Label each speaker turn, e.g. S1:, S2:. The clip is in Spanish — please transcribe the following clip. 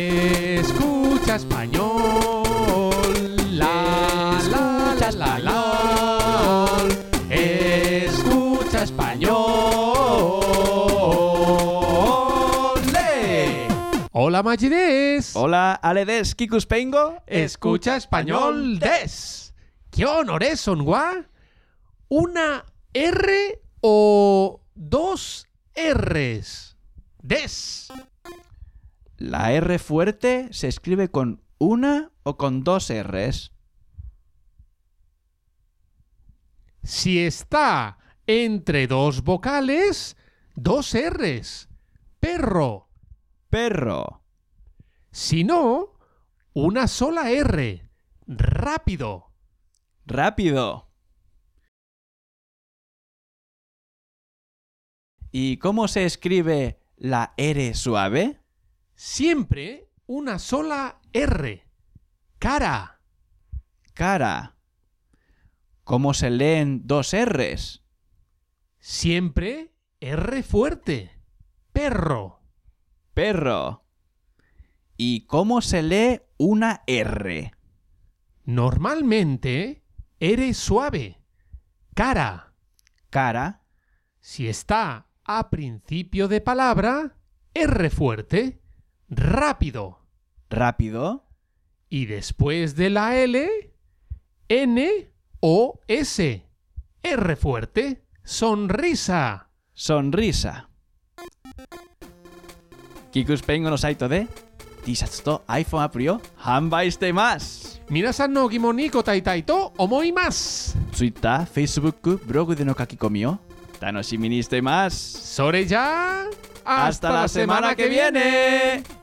S1: Escucha español. La la la la la. Escucha español. ¡Le! Hola Magides.
S2: Hola, Aledes, Kikus Pengo.
S1: Escucha español des. ¿Qué honores son gua? ¿Una R o dos R's? Des.
S2: La R fuerte se escribe con una o con dos Rs.
S1: Si está entre dos vocales, dos R's. Perro.
S2: Perro.
S1: Si no, una sola R. Rápido.
S2: Rápido. ¿Y cómo se escribe la R suave?
S1: Siempre una sola R. Cara.
S2: Cara. ¿Cómo se leen dos Rs?
S1: Siempre R fuerte. Perro.
S2: Perro. ¿Y cómo se lee una R?
S1: Normalmente R suave. Cara.
S2: Cara.
S1: Si está a principio de palabra, R fuerte. Rápido.
S2: Rápido.
S1: Y después de la L, N o S. R fuerte, sonrisa.
S2: Sonrisa. Kikus Pengo no saito de 1 shirts to iPhone アプリを販売しています。
S1: Minasan no kimoni kotai to omoi mas.
S2: Twitter、Facebook、ブログでの書き込みを楽しみにしています。
S1: Sore ya.
S2: ¡Hasta la semana que viene!